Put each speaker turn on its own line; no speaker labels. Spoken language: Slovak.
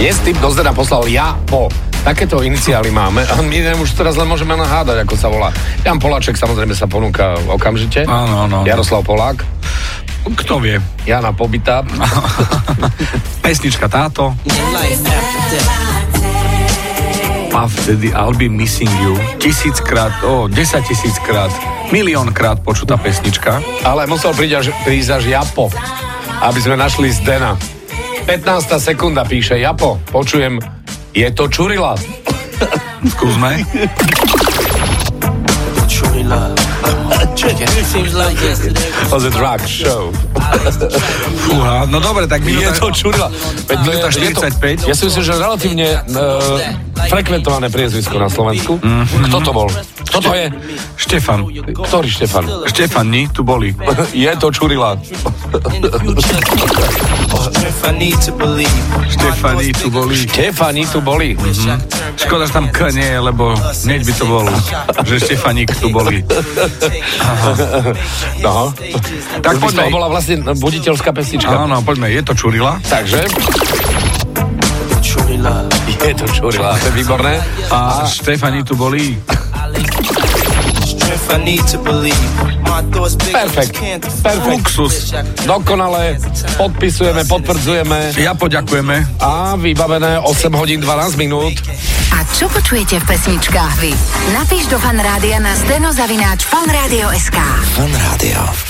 Dnes typ do Zdena teda poslal ja po. Takéto iniciály máme. A my neviem, už teraz len môžeme nahádať, ako sa volá. Jan Poláček samozrejme sa ponúka okamžite.
Áno, áno, áno.
Jaroslav Polák.
Kto vie?
Jana Pobytá.
Pesnička táto. A vtedy Albi Missing You. Tisíckrát, o, oh, desať tisíckrát, miliónkrát počutá pesnička.
Ale musel prísť až, prísť až Japo, aby sme našli Zdena. 15. sekunda píše Japo. Počujem, je to Čurila.
Skúsme.
On the drug show.
Fúha, no dobre, tak minúta...
Čurila. Veď
Minúta
je- je to- Ja
45.
si myslím, že relatívne e, frekventované priezvisko na Slovensku. Kto to bol? Kto to je?
Štefan.
Ktorý Štefan?
Štefan, ni, tu boli.
Je to Čurila.
Štefani, tu boli.
Štefani tu boli.
Škoda, že tam K nie, je, lebo hneď by to bolo, že Štefaník tu boli.
No. Už
Tak
by z toho
poďme.
bola vlastne buditeľská pesnička.
Áno, poďme, je to Čurila.
Takže... Je to Čurila. To je výborné.
A Štefani tu boli.
Perfekt. Perfekt.
Luxus.
Dokonale. Podpisujeme, potvrdzujeme.
Ja poďakujeme.
A vybavené 8
No,
hodín 12 minút.
A čo počujete v pesničkách vy? Napíš do fan rádia na steno zavináč fanradio.sk.
Fan Rádio.